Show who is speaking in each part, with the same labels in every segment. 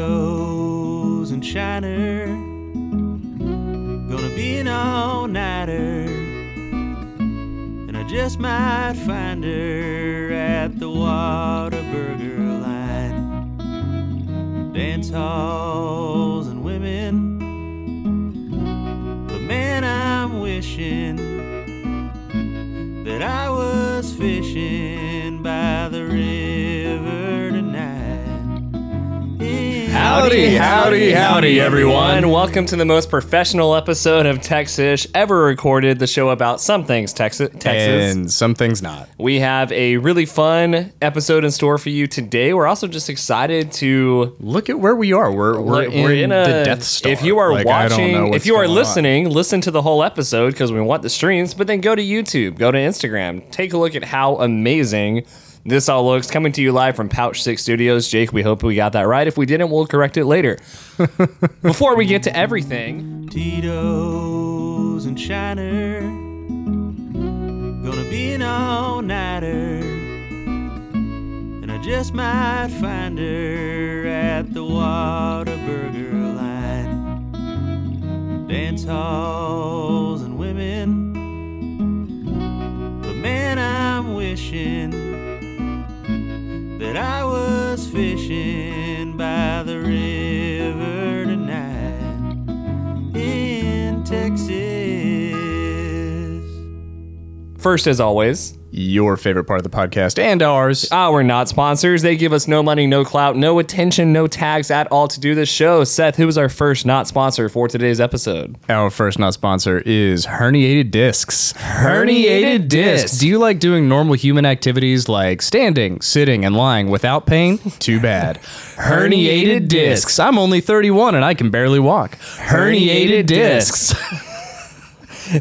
Speaker 1: Tito's and Shiner. Gonna be an all nighter. And I just might find her at the Whataburger line. Dance halls and women. But man, I'm wishing that I was fishing by the river tonight.
Speaker 2: Howdy, howdy, howdy, everyone.
Speaker 3: And welcome to the most professional episode of Texas ever recorded, the show about some things Texas. Texas.
Speaker 2: And some things not.
Speaker 3: we have a really fun episode in store for you today. We're also just excited to
Speaker 2: Look at where we are. We're we're, in,
Speaker 3: a,
Speaker 2: the Death Star.
Speaker 3: If you are
Speaker 2: Like, I don't know
Speaker 3: watching,
Speaker 2: what's
Speaker 3: if you are
Speaker 2: going on.
Speaker 3: listening, listen to the whole episode because we want the streams. But then go to YouTube, go to Instagram, take a look at how amazing this all looks. Coming to you live from Pouch Six Studios, Jake. We hope we got that right. If we didn't, we'll correct it later. Before we get to everything,
Speaker 1: Tito's and Shiner. Gonna be an all nighter. And I just might find her at the Whataburger line. Dance halls and women. But man, I'm wishing that I was fishing by the river tonight in Texas.
Speaker 3: first as always,
Speaker 2: your favorite part of the podcast and ours.
Speaker 3: Our not sponsors. They give us no money, no clout, no attention, no tags at all to do this show. Seth, who is our first not sponsor for today's episode?
Speaker 2: Our first not sponsor is herniated discs.
Speaker 3: Herniated discs.
Speaker 2: Do you like doing normal human activities like standing, sitting, and lying without pain? Too bad.
Speaker 3: Herniated discs.
Speaker 2: I'm only 31 and I can barely walk.
Speaker 3: Herniated discs.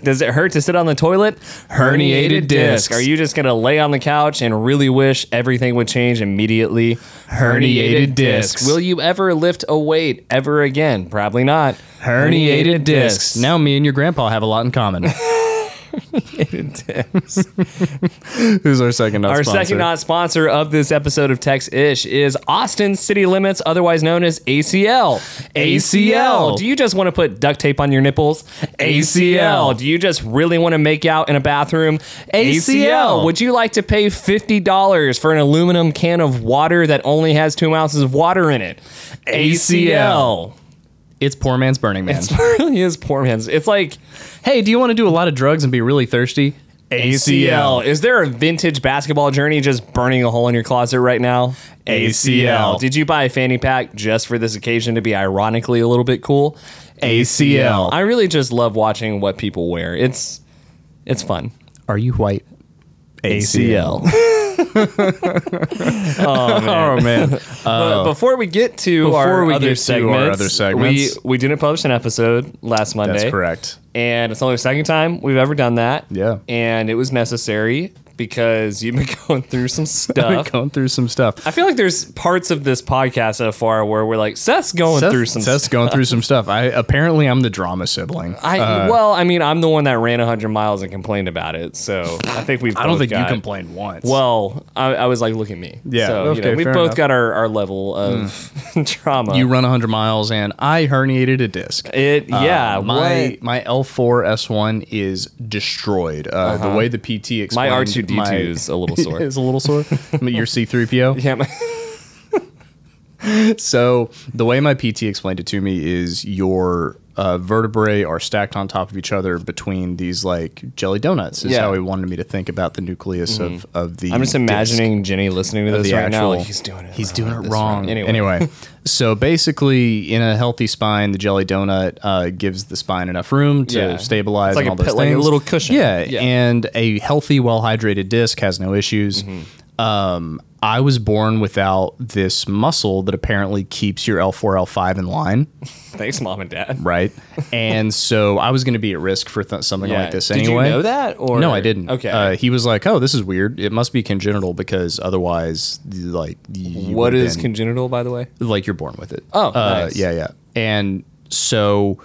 Speaker 3: Does it hurt to sit on the toilet?
Speaker 2: Herniated discs.
Speaker 3: Are you just going to lay on the couch and really wish everything would change immediately?
Speaker 2: Herniated discs.
Speaker 3: Will you ever lift a weight ever again? Probably not.
Speaker 2: Herniated discs. Now me and your grandpa have a lot in common.
Speaker 3: Herniated discs.
Speaker 2: Who's our second not
Speaker 3: Our
Speaker 2: sponsor?
Speaker 3: second not sponsor of this episode of Tex Ish is Austin City Limits, otherwise known as ACL.
Speaker 2: ACL.
Speaker 3: Do you just want to put duct tape on your nipples?
Speaker 2: ACL.
Speaker 3: Do you just really want to make out in a bathroom? ACL.
Speaker 2: ACL.
Speaker 3: Would you like to pay $50 for an aluminum can of water that only has two ounces of water in it? ACL.
Speaker 2: It's poor man's Burning Man.
Speaker 3: It really is poor man's. It's like
Speaker 2: hey, do you want to do a lot of drugs and be really thirsty?
Speaker 3: ACL. Is there a vintage basketball journey just burning a hole in your closet right now?
Speaker 2: ACL.
Speaker 3: Did you buy a fanny pack just for this occasion to be ironically a little bit cool?
Speaker 2: ACL.
Speaker 3: I really just love watching what people wear. It's it's fun.
Speaker 2: Are you white? Oh man.
Speaker 3: Uh, But before we get to
Speaker 2: Before
Speaker 3: our,
Speaker 2: we
Speaker 3: other
Speaker 2: get to
Speaker 3: segments,
Speaker 2: our other segments.
Speaker 3: we we didn't publish an episode last Monday.
Speaker 2: That's correct.
Speaker 3: And it's only the second time we've ever done that.
Speaker 2: Yeah.
Speaker 3: And it was necessary because you've been going through some
Speaker 2: Oh
Speaker 3: stuff.
Speaker 2: Going through some stuff.
Speaker 3: I feel like there's parts of this podcast so far where we're like, Seth's going
Speaker 2: Seth-
Speaker 3: through some
Speaker 2: Seth's
Speaker 3: stuff.
Speaker 2: going through some stuff. I apparently I'm the drama sibling. Uh,
Speaker 3: I well, I mean, I'm the one that ran 100 miles and complained about it, so I think we've.
Speaker 2: I don't
Speaker 3: both
Speaker 2: think you
Speaker 3: got-
Speaker 2: complained once.
Speaker 3: Well, I, I was like, look at me.
Speaker 2: Yeah,
Speaker 3: So, you
Speaker 2: okay,
Speaker 3: know, we've
Speaker 2: fair
Speaker 3: both
Speaker 2: enough. Mm.
Speaker 3: got our, our level of trauma.
Speaker 2: you run 100 miles and I herniated a disc.
Speaker 3: it, yeah.
Speaker 2: Uh, my
Speaker 3: what?
Speaker 2: my L4 S1 is destroyed. Uh, The way the PT explained
Speaker 3: Uh-huh. My R2D2 is a little sore.
Speaker 2: is a little sore. I mean, Your C3PO.
Speaker 3: Yeah. My,
Speaker 2: So the way my PT explained it to me is your uh, vertebrae are stacked on top of each other between these like jelly donuts. Is
Speaker 3: Yeah. Mm-hmm.
Speaker 2: how he wanted me to think about the nucleus of of the.
Speaker 3: I'm just imagining Jenny listening to
Speaker 2: disc, of
Speaker 3: this
Speaker 2: the
Speaker 3: right now.
Speaker 2: actual-
Speaker 3: Like, he's doing it.
Speaker 2: He's
Speaker 3: wrong,
Speaker 2: doing it
Speaker 3: this
Speaker 2: wrong.
Speaker 3: Anyway,
Speaker 2: so basically, in a healthy spine, the jelly donut uh, gives the spine enough room to
Speaker 3: Yeah.
Speaker 2: stabilize.
Speaker 3: It's like
Speaker 2: and
Speaker 3: a
Speaker 2: all those
Speaker 3: pit- like a
Speaker 2: things.
Speaker 3: little cushion.
Speaker 2: Yeah,
Speaker 3: Yeah.
Speaker 2: and a healthy, well-hydrated disc has no issues.
Speaker 3: Mm-hmm.
Speaker 2: Um, I was born without this muscle that apparently keeps your L4, L5 in line,
Speaker 3: thanks, mom and dad.
Speaker 2: right? and so I was going to be at risk for th- something
Speaker 3: Yeah.
Speaker 2: like this
Speaker 3: Did you
Speaker 2: anyway.
Speaker 3: know that, or-
Speaker 2: no, I didn't.
Speaker 3: Okay.
Speaker 2: Uh, he was like, "Oh, this is weird. It must be congenital because otherwise, like, you
Speaker 3: What
Speaker 2: would've
Speaker 3: is
Speaker 2: been-
Speaker 3: congenital, by the way?
Speaker 2: like you're born with it.
Speaker 3: Oh,
Speaker 2: Uh,
Speaker 3: nice.
Speaker 2: yeah, yeah. And so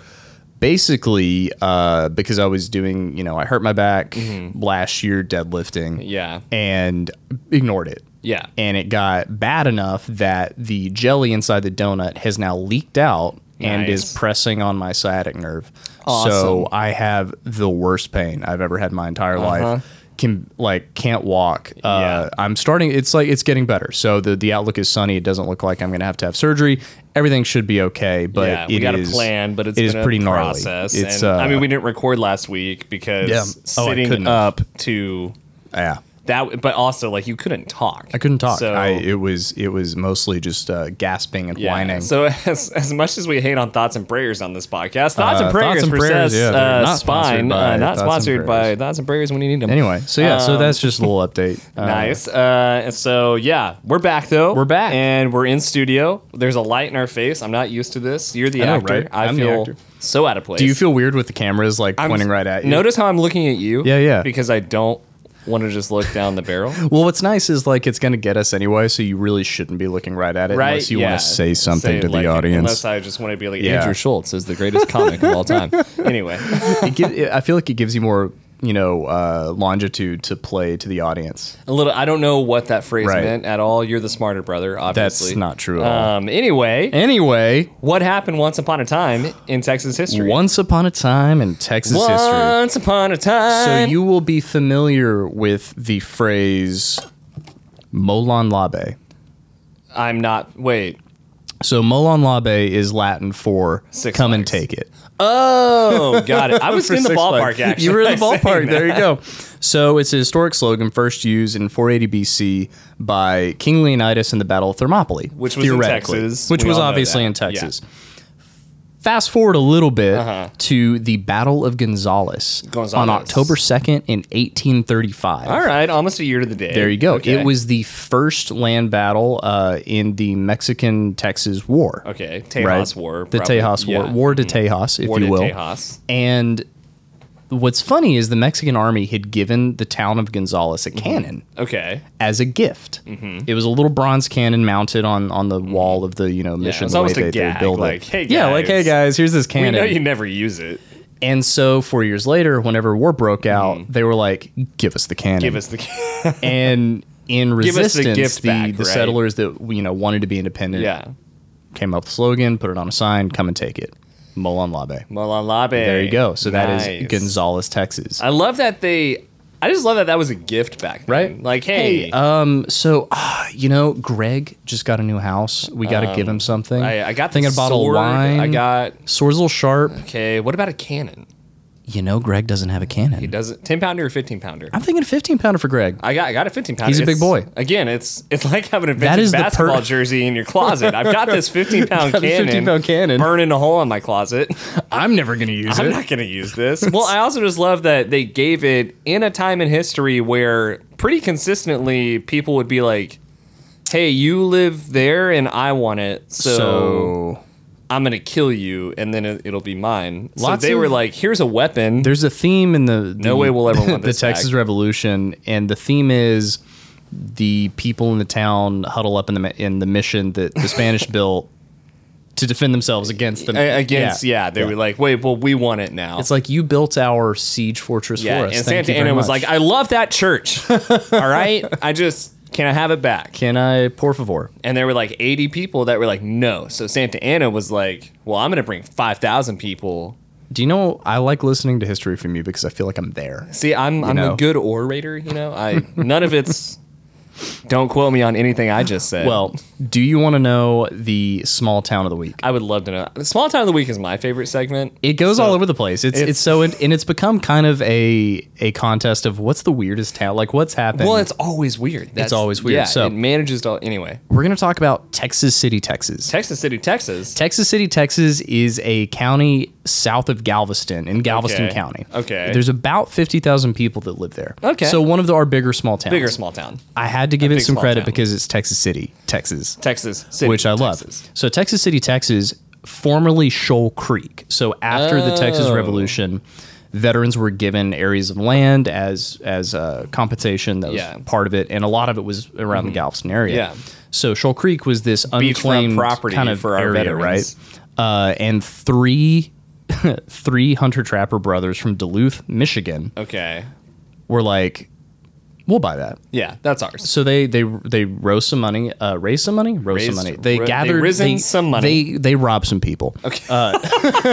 Speaker 2: basically, uh, because I was doing, you know, I hurt my back last year deadlifting.
Speaker 3: Mm-hmm. Yeah.
Speaker 2: and ignored it.
Speaker 3: Yeah.
Speaker 2: and it got bad enough that the jelly inside the donut has now leaked out and is
Speaker 3: Nice.
Speaker 2: pressing on my sciatic nerve.
Speaker 3: Awesome. Uh-huh.
Speaker 2: So I have the worst pain I've ever had in my entire life. Can like can't walk.
Speaker 3: Yeah.
Speaker 2: Uh, I'm starting. It's like it's getting better. So the the outlook is sunny. It doesn't look like I'm going to have to have surgery. Everything should be okay. But
Speaker 3: yeah, we
Speaker 2: it
Speaker 3: got
Speaker 2: is-
Speaker 3: a plan, but it's
Speaker 2: it
Speaker 3: been
Speaker 2: is
Speaker 3: a
Speaker 2: pretty gnarly.
Speaker 3: process.
Speaker 2: It's
Speaker 3: and,
Speaker 2: uh,
Speaker 3: I mean, we didn't record last week because
Speaker 2: Yeah. Oh, I
Speaker 3: sitting
Speaker 2: couldn't
Speaker 3: up to
Speaker 2: yeah.
Speaker 3: that, but also like you couldn't talk.
Speaker 2: I couldn't talk.
Speaker 3: So,
Speaker 2: I it was it was mostly just uh, gasping and
Speaker 3: yeah.
Speaker 2: whining.
Speaker 3: So as, as much as we hate on thoughts and prayers on this podcast, thoughts
Speaker 2: Uh,
Speaker 3: and prayers
Speaker 2: Thoughts and
Speaker 3: for
Speaker 2: Prayers,
Speaker 3: Seth's,
Speaker 2: yeah, they're
Speaker 3: uh,
Speaker 2: not sponsored
Speaker 3: spine,
Speaker 2: by
Speaker 3: uh, not
Speaker 2: Thoughts and
Speaker 3: sponsored by
Speaker 2: Prayers.
Speaker 3: thoughts and prayers when you need them.
Speaker 2: Anyway, so yeah, so
Speaker 3: Um,
Speaker 2: that's just a little update. Uh,
Speaker 3: Nice. Uh, and so yeah, we're back though.
Speaker 2: We're back.
Speaker 3: and we're in studio. There's a light in our face. I'm not used to this. You're the
Speaker 2: I know,
Speaker 3: actor.
Speaker 2: right?
Speaker 3: I
Speaker 2: I'm the
Speaker 3: feel
Speaker 2: actor.
Speaker 3: so out of place.
Speaker 2: Do you feel weird with the cameras like
Speaker 3: I'm-
Speaker 2: pointing right at you?
Speaker 3: Notice how I'm looking at you.
Speaker 2: Yeah, yeah.
Speaker 3: Because I don't want to just look down the barrel.
Speaker 2: Well, what's nice is like it's going to get us anyway, so you really shouldn't be looking right at it
Speaker 3: Right.
Speaker 2: unless you
Speaker 3: Yeah.
Speaker 2: want to say something to
Speaker 3: like,
Speaker 2: the audience.
Speaker 3: Unless I just want to be like
Speaker 2: Yeah.
Speaker 3: Andrew Schultz is the greatest comic of all time. Anyway,
Speaker 2: It gi- it- I feel like it gives you more, you know, uh, longitude to play to the audience.
Speaker 3: a little. I don't know what that phrase
Speaker 2: Right.
Speaker 3: meant at all. You're the smarter brother,
Speaker 2: That's
Speaker 3: obviously.
Speaker 2: not true at all.
Speaker 3: Um. Anyway,
Speaker 2: Anyway,
Speaker 3: what happened once upon a time in Texas history?
Speaker 2: once upon a time in Texas history.
Speaker 3: Once upon a time.
Speaker 2: So you will be familiar with the phrase Molon Labe.
Speaker 3: I'm not. Wait.
Speaker 2: So Molon Labe is Latin for
Speaker 3: Six
Speaker 2: come and
Speaker 3: Flags.
Speaker 2: take it.
Speaker 3: Oh, got it. I was
Speaker 2: for
Speaker 3: in the
Speaker 2: Six
Speaker 3: ballpark.
Speaker 2: Flags.
Speaker 3: Actually,
Speaker 2: You were in the
Speaker 3: by saying
Speaker 2: ballpark.
Speaker 3: that.
Speaker 2: There you go. So it's a historic slogan first used in 480 BC by King Leonidas in the Battle of Thermopylae,
Speaker 3: Which was in
Speaker 2: theoretically,
Speaker 3: Texas.
Speaker 2: which
Speaker 3: We
Speaker 2: was
Speaker 3: all know
Speaker 2: obviously
Speaker 3: that.
Speaker 2: in Texas. Fast forward a little bit to the Battle of Gonzales, on
Speaker 3: Uh-huh. Gonzales.
Speaker 2: October 2nd in 1835.
Speaker 3: All right, almost a year to the day.
Speaker 2: There you go.
Speaker 3: Okay.
Speaker 2: It was the first land battle uh, in the Mexican Texas War.
Speaker 3: okay. Tejas
Speaker 2: right?
Speaker 3: War.
Speaker 2: The
Speaker 3: probably.
Speaker 2: Tejas War.
Speaker 3: Yeah. Mm-hmm.
Speaker 2: War to Tejas, if
Speaker 3: War
Speaker 2: you
Speaker 3: to
Speaker 2: will.
Speaker 3: Tejas.
Speaker 2: And what's funny is the Mexican army had given the town of Gonzales a
Speaker 3: Mm-hmm.
Speaker 2: cannon
Speaker 3: Okay.
Speaker 2: as a gift.
Speaker 3: Mm-hmm.
Speaker 2: It was a little bronze cannon mounted on on the wall of the you know mission.
Speaker 3: it's
Speaker 2: the way
Speaker 3: almost a
Speaker 2: they, they
Speaker 3: gag,
Speaker 2: build it.
Speaker 3: like, "Hey,
Speaker 2: yeah, like hey
Speaker 3: guys."
Speaker 2: guys, here's this
Speaker 3: We
Speaker 2: cannon.
Speaker 3: know you never use it.
Speaker 2: and so four years later, whenever war broke out, they were like, "Give us the cannon."
Speaker 3: Mm-hmm. Give us the.
Speaker 2: and in
Speaker 3: Give us the
Speaker 2: resistance,
Speaker 3: gift
Speaker 2: the,
Speaker 3: back,
Speaker 2: the
Speaker 3: right?
Speaker 2: settlers that you know wanted to be independent
Speaker 3: yeah.
Speaker 2: came up with the slogan, put it on a sign, come and take it. Molon Labe.
Speaker 3: Malalabe.
Speaker 2: There you go. So that is
Speaker 3: Nice.
Speaker 2: Gonzales, Texas.
Speaker 3: I love that they. I just love that that was a gift back then.
Speaker 2: Right?
Speaker 3: Like, hey,
Speaker 2: Um. So, ah, you know, Greg just got a new house. We got to give him something.
Speaker 3: Um, I, I got
Speaker 2: thinking
Speaker 3: the
Speaker 2: a bottle
Speaker 3: sword.
Speaker 2: of wine.
Speaker 3: I got.
Speaker 2: swords a little sharp.
Speaker 3: Okay, what about a cannon?
Speaker 2: You know, Greg doesn't have
Speaker 3: He
Speaker 2: a cannon.
Speaker 3: does it. Ten pounder or fifteen pounder?
Speaker 2: I'm thinking a 15 pounder for Greg.
Speaker 3: I got I got a 15 pounder.
Speaker 2: He's a big
Speaker 3: It's-
Speaker 2: boy.
Speaker 3: Again, it's it's like having a
Speaker 2: That
Speaker 3: vintage
Speaker 2: is the per-
Speaker 3: basketball jersey in your closet. I've got this 15 pound
Speaker 2: Got a
Speaker 3: cannon,
Speaker 2: 15-pound cannon.
Speaker 3: burning a hole in my closet.
Speaker 2: I'm never gonna use
Speaker 3: I'm not going to use this. Well, I also just love that they gave it in a time in history where pretty consistently people would be like, "Hey, you live there and I want it, so,
Speaker 2: so
Speaker 3: I'm going to kill you and then it, it'll be mine." So
Speaker 2: Lots
Speaker 3: they were
Speaker 2: of-
Speaker 3: like, "Here's a weapon."
Speaker 2: there's a theme in the, the-
Speaker 3: way we'll ever want
Speaker 2: the
Speaker 3: this back.
Speaker 2: Texas Revolution, and the theme is the people in the town huddle up in the ma- in the mission that the Spanish built to defend themselves against the
Speaker 3: A- Against yeah, they were like, "Wait, well, we want it now."
Speaker 2: It's like you built our siege fortress for us.
Speaker 3: and
Speaker 2: Thank
Speaker 3: Santa
Speaker 2: you very
Speaker 3: Ana was
Speaker 2: much.
Speaker 3: like, "I love that church. All right, I just can I have it back?"
Speaker 2: "Can I, por favor?"
Speaker 3: And there were like 80 people that were like, "No." So Santa Ana was like, "Well, I'm going to bring 5,000 people."
Speaker 2: Do you know I like listening to history from you because I feel like I'm there.
Speaker 3: See, I'm I'm
Speaker 2: know.
Speaker 3: a good orator, you know. I none of it's. Don't quote me on anything I just said.
Speaker 2: Well, do you want to know the small town of the week?
Speaker 3: I would love to know. The small town of the week is my favorite segment.
Speaker 2: It goes all over the place. It's it's,
Speaker 3: it's-
Speaker 2: so and and it's become kind of a a contest of what's the weirdest town, like what's happened.
Speaker 3: well, it's always weird. That's,
Speaker 2: always weird,
Speaker 3: Yeah,
Speaker 2: so-
Speaker 3: it manages to. Anyway,
Speaker 2: We're going to talk about Texas City, Texas.
Speaker 3: Texas City, Texas.
Speaker 2: Texas City, Texas is a county south of Galveston in Galveston
Speaker 3: Okay.
Speaker 2: County.
Speaker 3: Okay.
Speaker 2: There's about 50,000 people that live there.
Speaker 3: Okay.
Speaker 2: So one of the, our bigger small towns.
Speaker 3: Bigger small town.
Speaker 2: I had to give it
Speaker 3: big
Speaker 2: some
Speaker 3: small
Speaker 2: credit
Speaker 3: town.
Speaker 2: because it's Texas City, Texas,
Speaker 3: Texas City,
Speaker 2: which I love.
Speaker 3: Texas.
Speaker 2: So Texas City, Texas, formerly Shoal Creek. So after the Texas
Speaker 3: Oh.
Speaker 2: Revolution, veterans were given areas of land as as uh, compensation. That was
Speaker 3: Yeah. Mm-hmm.
Speaker 2: part of it, and a lot of it was around the Galveston area.
Speaker 3: Yeah.
Speaker 2: So Shoal Creek was this unclaimed
Speaker 3: property
Speaker 2: kind of
Speaker 3: for our
Speaker 2: area,
Speaker 3: veterans.
Speaker 2: right? Uh, and three. three hunter trapper brothers from Duluth, Michigan,
Speaker 3: Okay.
Speaker 2: were like, We'll buy that.
Speaker 3: Yeah, that's ours.
Speaker 2: So they they they rose some money, uh, raise some money, rose
Speaker 3: Raised-
Speaker 2: some money. They
Speaker 3: ro- they
Speaker 2: gathered
Speaker 3: risen some money.
Speaker 2: They they robbed some people. Uh,
Speaker 3: Okay.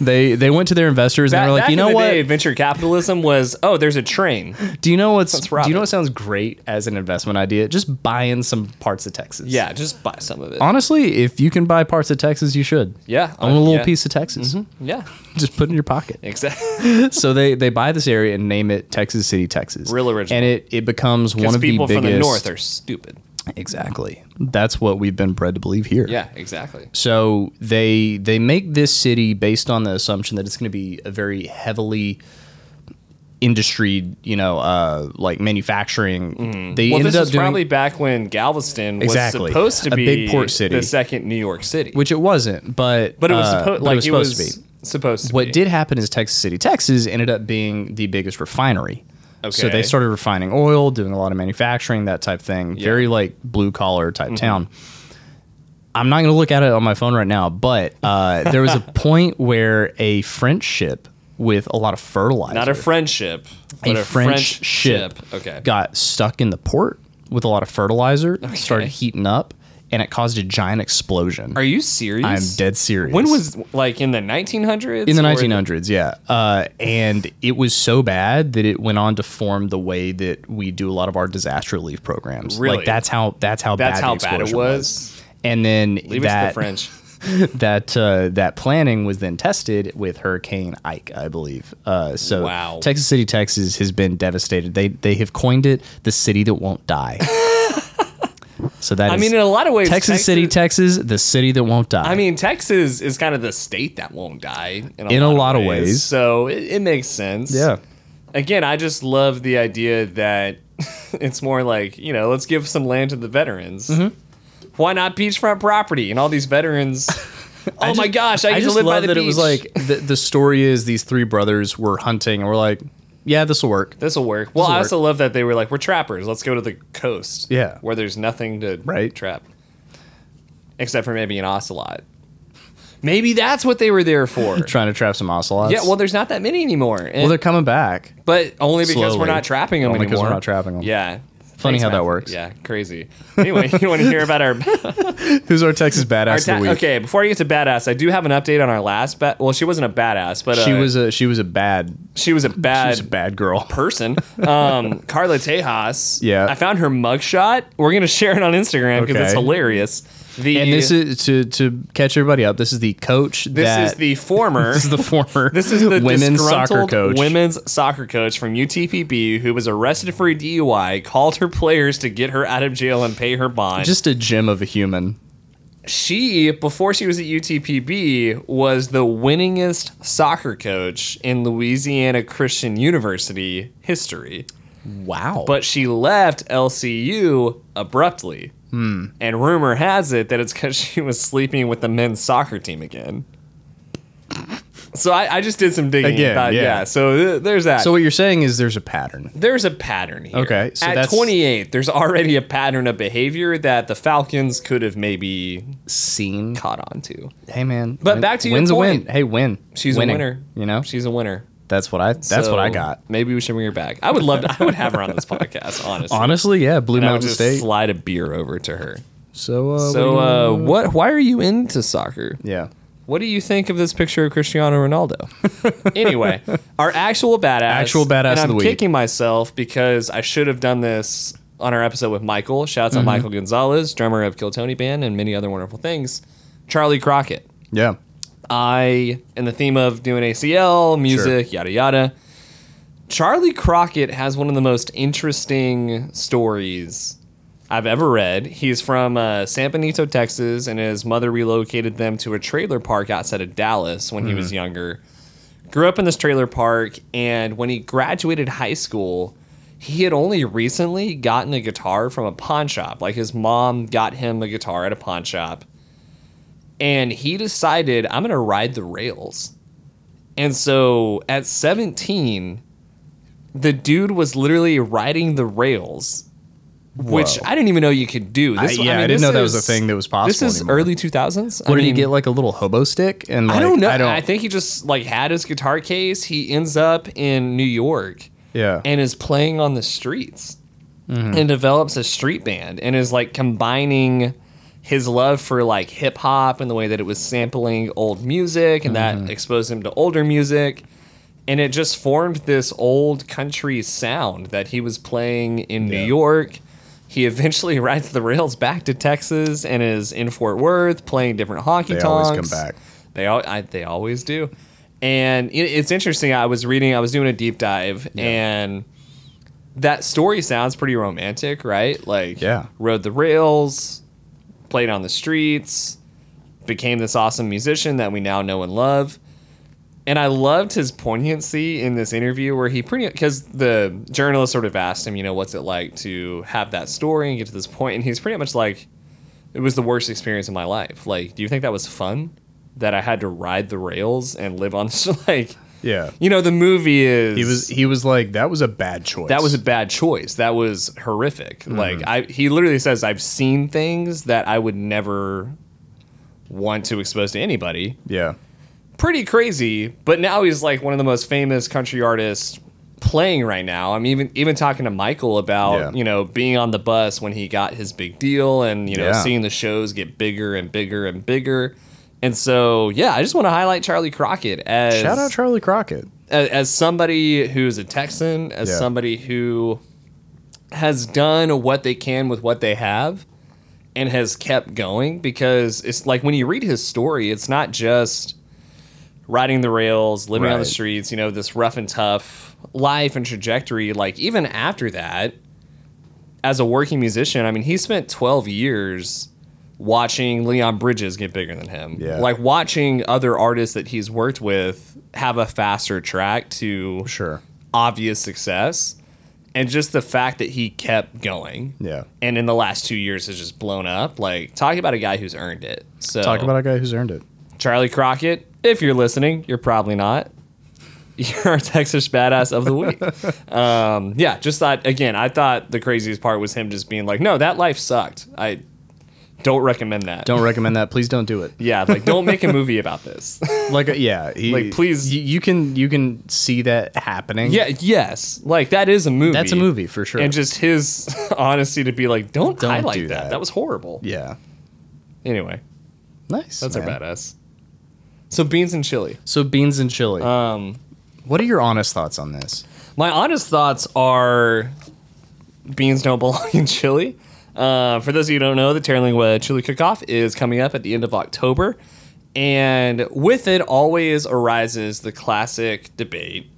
Speaker 2: They they went to their investors and
Speaker 3: Back-
Speaker 2: they were
Speaker 3: back
Speaker 2: like, you
Speaker 3: in
Speaker 2: know
Speaker 3: the
Speaker 2: what?
Speaker 3: Day, venture capitalism was oh, there's a train.
Speaker 2: Do you know what's do you
Speaker 3: robbing.
Speaker 2: know what sounds great as an investment idea? Just buying some parts of Texas.
Speaker 3: Yeah, just buy some of it.
Speaker 2: Honestly, if you can buy parts of Texas, you should.
Speaker 3: Yeah, uh,
Speaker 2: Own a little
Speaker 3: yeah. Mm-hmm.
Speaker 2: piece of Texas.
Speaker 3: yeah,
Speaker 2: Just put it in your pocket.
Speaker 3: exactly.
Speaker 2: so they they buy this area and name it Texas City, Texas.
Speaker 3: Real original.
Speaker 2: And it it becomes one
Speaker 3: Because
Speaker 2: of the
Speaker 3: people
Speaker 2: biggest.
Speaker 3: from the north are stupid.
Speaker 2: exactly. That's what we've been bred to believe here.
Speaker 3: Yeah, exactly.
Speaker 2: So they they make this city based on the assumption that it's going to be a very heavily industry, you know, uh, like manufacturing. They
Speaker 3: Mm-hmm. Well,
Speaker 2: ended
Speaker 3: this
Speaker 2: up
Speaker 3: was
Speaker 2: doing
Speaker 3: probably back when Galveston
Speaker 2: Exactly.
Speaker 3: was supposed to
Speaker 2: A
Speaker 3: be
Speaker 2: big port city.
Speaker 3: the second New York City.
Speaker 2: which it wasn't, but
Speaker 3: but it was,
Speaker 2: uh,
Speaker 3: suppo-
Speaker 2: but
Speaker 3: like,
Speaker 2: it was supposed to be.
Speaker 3: supposed to be.
Speaker 2: What did happen is Texas City, Texas ended up being the biggest refinery. So
Speaker 3: Okay.
Speaker 2: they started refining oil, doing a lot of manufacturing, that type thing. Very like blue collar
Speaker 3: Mm-hmm.
Speaker 2: type town. I'm not going to look at it on my phone right now, but uh, there was a point where a French ship with a lot of fertilizer,
Speaker 3: Not a friendship, but
Speaker 2: a French, ship,
Speaker 3: Okay.
Speaker 2: got stuck in the port with a lot of fertilizer, started heating up, and it caused a giant explosion.
Speaker 3: Are you serious?
Speaker 2: I'm dead serious.
Speaker 3: When was like in the 1900s?
Speaker 2: In the
Speaker 3: or
Speaker 2: 1900s, yeah. Uh, and it was so bad that it went on to form the way that we do a lot of our disaster relief programs.
Speaker 3: Really?
Speaker 2: Like that's how that's how
Speaker 3: That's
Speaker 2: bad
Speaker 3: how
Speaker 2: the
Speaker 3: bad it
Speaker 2: explosion
Speaker 3: was.
Speaker 2: And then
Speaker 3: Leave it to the
Speaker 2: that
Speaker 3: French.
Speaker 2: that uh, that planning was then tested with Hurricane Ike, I believe. Uh, so
Speaker 3: Wow.
Speaker 2: Texas City, Texas has been devastated. They they have coined it the city that won't die. so that
Speaker 3: I
Speaker 2: is
Speaker 3: mean, in a lot of ways,
Speaker 2: Texas, City, Texas, the city that won't die.
Speaker 3: I mean, Texas is kind of the state that won't die in a,
Speaker 2: In a
Speaker 3: lot,
Speaker 2: lot
Speaker 3: of
Speaker 2: of
Speaker 3: ways,
Speaker 2: ways.
Speaker 3: So it, it makes sense.
Speaker 2: yeah.
Speaker 3: Again, I just love the idea that it's more like you know, let's give some land to the veterans.
Speaker 2: Mm-hmm.
Speaker 3: Why not beachfront property and all these veterans? oh my
Speaker 2: just-
Speaker 3: gosh, I,
Speaker 2: I
Speaker 3: used
Speaker 2: just
Speaker 3: to live by
Speaker 2: love
Speaker 3: the
Speaker 2: that
Speaker 3: beach.
Speaker 2: it was like the, the story is these three brothers were hunting and were like, yeah, this will work.
Speaker 3: This will work. Well,
Speaker 2: This'll
Speaker 3: I also love that they were like, we're trappers. Let's go to the coast.
Speaker 2: Yeah.
Speaker 3: Where there's nothing to
Speaker 2: Right.
Speaker 3: trap. Except for maybe an ocelot. Maybe that's what they were there for.
Speaker 2: Trying to trap some ocelots.
Speaker 3: yeah, well, there's not that many anymore. And-
Speaker 2: well, they're coming back.
Speaker 3: but only because we're
Speaker 2: slowly.
Speaker 3: not trapping them
Speaker 2: Only 'cause
Speaker 3: anymore.
Speaker 2: we're not trapping 'em.
Speaker 3: Yeah.
Speaker 2: Funny how that
Speaker 3: Matthew.
Speaker 2: works.
Speaker 3: Yeah, crazy. Anyway, you want to hear about our,
Speaker 2: Who's our Texas badass
Speaker 3: our
Speaker 2: of
Speaker 3: ta-
Speaker 2: the week?
Speaker 3: okay? Before I get to badass, I do have an update on our last. Ba- well, she wasn't a badass, but uh,
Speaker 2: She was a she was a bad
Speaker 3: She was a
Speaker 2: she
Speaker 3: bad
Speaker 2: was a bad girl.
Speaker 3: person. Um, Carla Tejas.
Speaker 2: Yeah.
Speaker 3: I found her mugshot. We're gonna share it on Instagram because it's
Speaker 2: Okay.
Speaker 3: hilarious. The
Speaker 2: And this is to to catch everybody up. This is the coach.
Speaker 3: this
Speaker 2: that,
Speaker 3: is the former.
Speaker 2: this is the former.
Speaker 3: This is the
Speaker 2: women's soccer
Speaker 3: disgruntled
Speaker 2: coach.
Speaker 3: women's soccer coach from UTPB who was arrested for a DUI, called her players to get her out of jail and pay her bond.
Speaker 2: Just a gem of a human.
Speaker 3: she, before she was at UTPB, was the winningest soccer coach in Louisiana Christian University history.
Speaker 2: Wow.
Speaker 3: but she left LCU abruptly.
Speaker 2: Hmm.
Speaker 3: And rumor has it that it's because she was sleeping with the men's soccer team again. So I, I just did some digging
Speaker 2: Again,
Speaker 3: about yeah.
Speaker 2: yeah.
Speaker 3: so th- there's that.
Speaker 2: so what you're saying is there's a pattern.
Speaker 3: there's a pattern here.
Speaker 2: Okay, so
Speaker 3: at
Speaker 2: that's-
Speaker 3: 28, there's already a pattern of behavior that the Falcons could have maybe
Speaker 2: Scene.
Speaker 3: caught on to.
Speaker 2: Hey man.
Speaker 3: But back to your
Speaker 2: win's a
Speaker 3: point.
Speaker 2: win. Hey win.
Speaker 3: She's
Speaker 2: Winning,
Speaker 3: a winner.
Speaker 2: You know.
Speaker 3: she's a winner.
Speaker 2: That's what I. That's what I
Speaker 3: So
Speaker 2: got.
Speaker 3: Maybe we should bring her back. I would love. To, I would have her on this podcast. Honestly,
Speaker 2: Honestly, yeah, Blue
Speaker 3: and I would
Speaker 2: Mountain
Speaker 3: just
Speaker 2: State.
Speaker 3: slide a beer over to her.
Speaker 2: so, uh,
Speaker 3: So, uh, what? Why are you into soccer?
Speaker 2: yeah,
Speaker 3: What do you think of this picture of Cristiano Ronaldo? anyway, our actual badass,
Speaker 2: Actual badass
Speaker 3: and
Speaker 2: of
Speaker 3: I'm
Speaker 2: the week.
Speaker 3: kicking myself because I should have done this on our episode with Michael. Shouts
Speaker 2: Mm-hmm.
Speaker 3: out Michael Gonzalez, drummer of Kill Tony Band, and many other wonderful things. Charlie Crockett.
Speaker 2: yeah,
Speaker 3: I, in the theme of doing ACL, music, yada yada, Charlie Crockett has one of the most interesting stories I've ever read. He's from uh, San Benito, Texas, and his mother relocated them to a trailer park outside of Dallas when he was younger. Grew up in this trailer park, and when he graduated high school, he had only recently gotten a guitar from a pawn shop. Like his mom got him a guitar at a pawn shop and he decided I'm gonna ride the rails. And so at 17, the dude was literally riding the rails, which
Speaker 2: Whoa.
Speaker 3: I didn't even know you could do.
Speaker 2: I- yeah, I didn't
Speaker 3: this
Speaker 2: know that was a thing that was possible
Speaker 3: This is
Speaker 2: anymore.
Speaker 3: early 2000s.
Speaker 2: What did he get? Like a little hobo stick, and like,
Speaker 3: I don't know. I,
Speaker 2: I don't.
Speaker 3: think he just like had his guitar case. He ends up in New York
Speaker 2: yeah, Mm-hmm.
Speaker 3: and is playing on the streets. and develops a street band and is like combining his love for like hip hop and the way that it was sampling old music and
Speaker 2: Mm-hmm.
Speaker 3: that exposed him to older music. And it just formed this old country sound that he was playing in New
Speaker 2: Yeah.
Speaker 3: York. He eventually rides the rails back to Texas and is in Fort Worth playing different hockey
Speaker 2: They always come
Speaker 3: tonks.
Speaker 2: back.
Speaker 3: They all I, they always do. And it, it's interesting. I was reading. I was doing a deep dive, and that story sounds pretty romantic, right? Like,
Speaker 2: Yeah.
Speaker 3: rode the rails, played on the streets, became this awesome musician that we now know and love. And I loved his poignancy in this interview where he pretty because the journalist sort of asked him, you know, what's it like to have that story and get to this point, and he's pretty much like, it was the worst experience of my life. Like, do you think that was fun? That I had to ride the rails and live on like,
Speaker 2: Yeah.
Speaker 3: you know, the movie is
Speaker 2: He was he was like that was a bad choice.
Speaker 3: that was a bad choice. That was horrific.
Speaker 2: Mm-hmm.
Speaker 3: Like I, he literally says, I've seen things that I would never want to expose to anybody.
Speaker 2: yeah.
Speaker 3: Pretty crazy. But now he's like one of the most famous country artists playing right now. I'm even even talking to Michael about
Speaker 2: Yeah.
Speaker 3: you know being on the bus when he got his big deal and you know
Speaker 2: Yeah.
Speaker 3: seeing the shows get bigger and bigger and bigger. And so yeah, I just want to highlight Charlie Crockett as
Speaker 2: Shout out Charlie Crockett.
Speaker 3: as, as somebody who's a Texan, as
Speaker 2: Yeah.
Speaker 3: somebody who has done what they can with what they have and has kept going because it's like when you read his story, it's not just riding the rails, living on the
Speaker 2: Right.
Speaker 3: streets, you know, this rough and tough life and trajectory. Like, even after that, as a working musician, I mean, he spent 12 years watching Leon Bridges get bigger than him.
Speaker 2: Yeah.
Speaker 3: Like watching other artists that he's worked with have a faster track to
Speaker 2: Sure.
Speaker 3: obvious success. And just the fact that he kept going.
Speaker 2: Yeah.
Speaker 3: And in the last two years has just blown up. Like, talk about a guy who's earned it. So
Speaker 2: Talk about a guy who's earned it.
Speaker 3: Charlie Crockett, if you're listening, you're probably not. You're our Texas badass of the week. um, yeah, just thought again. I thought the craziest part was him just being like, "No, that life sucked. I don't recommend that.
Speaker 2: Don't recommend that. Please don't do it.
Speaker 3: Yeah, like don't make a movie about this.
Speaker 2: Like uh, yeah, he,
Speaker 3: Like, please-
Speaker 2: you, you can you can see that happening.
Speaker 3: yeah, yes, like that is a movie.
Speaker 2: That's a movie for sure.
Speaker 3: And just his honesty to be like, "Don't,
Speaker 2: Don't
Speaker 3: highlight
Speaker 2: do
Speaker 3: that.
Speaker 2: that.
Speaker 3: That was horrible."
Speaker 2: yeah.
Speaker 3: Anyway,
Speaker 2: Nice.
Speaker 3: that's
Speaker 2: man.
Speaker 3: our badass. So beans and chili.
Speaker 2: So beans and chili.
Speaker 3: Um,
Speaker 2: what are your honest thoughts on this?
Speaker 3: My honest thoughts are beans don't belong in chili. Uh, for those of you who don't know, the Terlingua Chili Cook-Off is coming up at the end of October. And with it always arises the classic debate,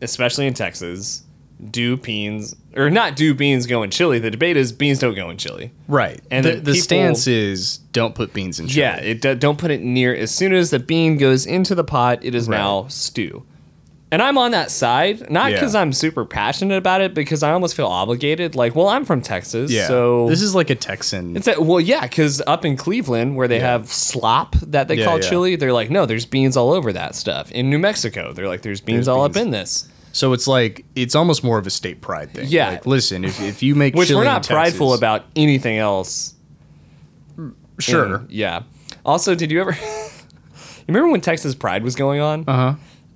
Speaker 3: especially in Texas, do beans, or not do beans go in chili? The debate is beans don't go in chili.
Speaker 2: Right.
Speaker 3: And
Speaker 2: And the,
Speaker 3: that
Speaker 2: the
Speaker 3: people-
Speaker 2: stance is don't put beans in chili.
Speaker 3: Yeah, it do, don't put it near. As soon as the bean goes into the pot, it is
Speaker 2: Right.
Speaker 3: now stew. And I'm on that side, not
Speaker 2: Yeah.
Speaker 3: because I'm super passionate about it, because I almost feel obligated. Like, well, I'm from Texas,
Speaker 2: Yeah.
Speaker 3: so
Speaker 2: this is like a Texan.
Speaker 3: it's a, well, yeah, because up in Cleveland where they have slop that they
Speaker 2: Yeah,
Speaker 3: call
Speaker 2: yeah.
Speaker 3: chili, they're like, no, there's beans all over that stuff. In New Mexico, they're like, there's beans
Speaker 2: There's
Speaker 3: all up
Speaker 2: beans.
Speaker 3: in this.
Speaker 2: so it's like it's almost more of a state pride thing.
Speaker 3: Yeah.
Speaker 2: Like, listen, if, if you make
Speaker 3: Which
Speaker 2: chili
Speaker 3: we're
Speaker 2: in
Speaker 3: not prideful
Speaker 2: Texas-
Speaker 3: about anything else. in-
Speaker 2: Sure.
Speaker 3: yeah. Also, did you ever? you remember when Texas Pride was going on?
Speaker 2: Uh huh.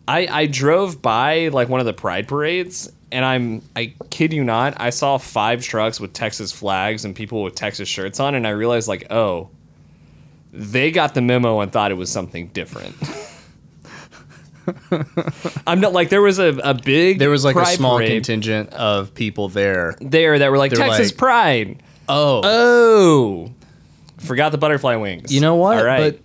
Speaker 3: I, I drove by like one of the pride parades and I'm I kid you not, I saw five trucks with Texas flags and people with Texas shirts on and I realized like, oh, they got the memo and thought it was something different. I'm not like there was a, a big
Speaker 2: There was like a
Speaker 3: pride
Speaker 2: small
Speaker 3: parade
Speaker 2: contingent of people there.
Speaker 3: there that were like
Speaker 2: They're
Speaker 3: Texas
Speaker 2: like-
Speaker 3: pride.
Speaker 2: Oh,
Speaker 3: Oh. Forgot the butterfly wings.
Speaker 2: you know what?
Speaker 3: All right.
Speaker 2: But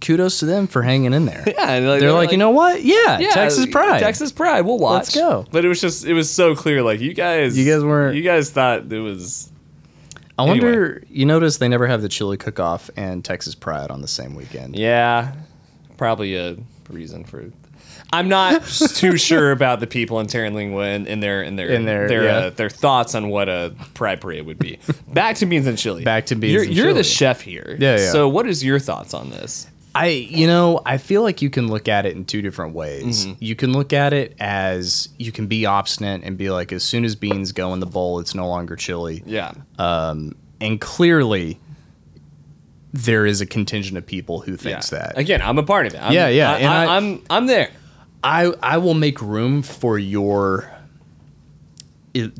Speaker 2: kudos to them for hanging in there.
Speaker 3: yeah, and
Speaker 2: They're like, you know what? Yeah,
Speaker 3: Yeah, uh,
Speaker 2: Texas pride.
Speaker 3: Texas Pride. We'll watch.
Speaker 2: Let's go.
Speaker 3: But it was just, it was so clear. Like you guys,
Speaker 2: You guys weren't-
Speaker 3: You guys thought it was.
Speaker 2: I wonder. You notice they never have the chili cook-off and Texas pride on the same weekend.
Speaker 3: Yeah, probably a reason for. I'm not too sure about the people in Terranlingua and, and their and their
Speaker 2: And their-
Speaker 3: their,
Speaker 2: yeah.
Speaker 3: uh, their thoughts on what a pride parade would be. Back to beans and chili.
Speaker 2: Back to beans
Speaker 3: You're,
Speaker 2: and
Speaker 3: you're the
Speaker 2: chili.
Speaker 3: chef here.
Speaker 2: Yeah, yeah.
Speaker 3: So what is your thoughts on this?
Speaker 2: I, you know, I feel like you can look at it in two different ways. You can look at it as you can be obstinate and be like, as soon as beans go in the bowl, it's no longer chili.
Speaker 3: Yeah.
Speaker 2: And clearly, there is a contingent of people who thinks
Speaker 3: yeah.
Speaker 2: that.
Speaker 3: again. I'm a part of it. I'm,
Speaker 2: Yeah, yeah,
Speaker 3: I,
Speaker 2: and
Speaker 3: I,
Speaker 2: I-
Speaker 3: I'm I'm there.
Speaker 2: I I will make room for your i-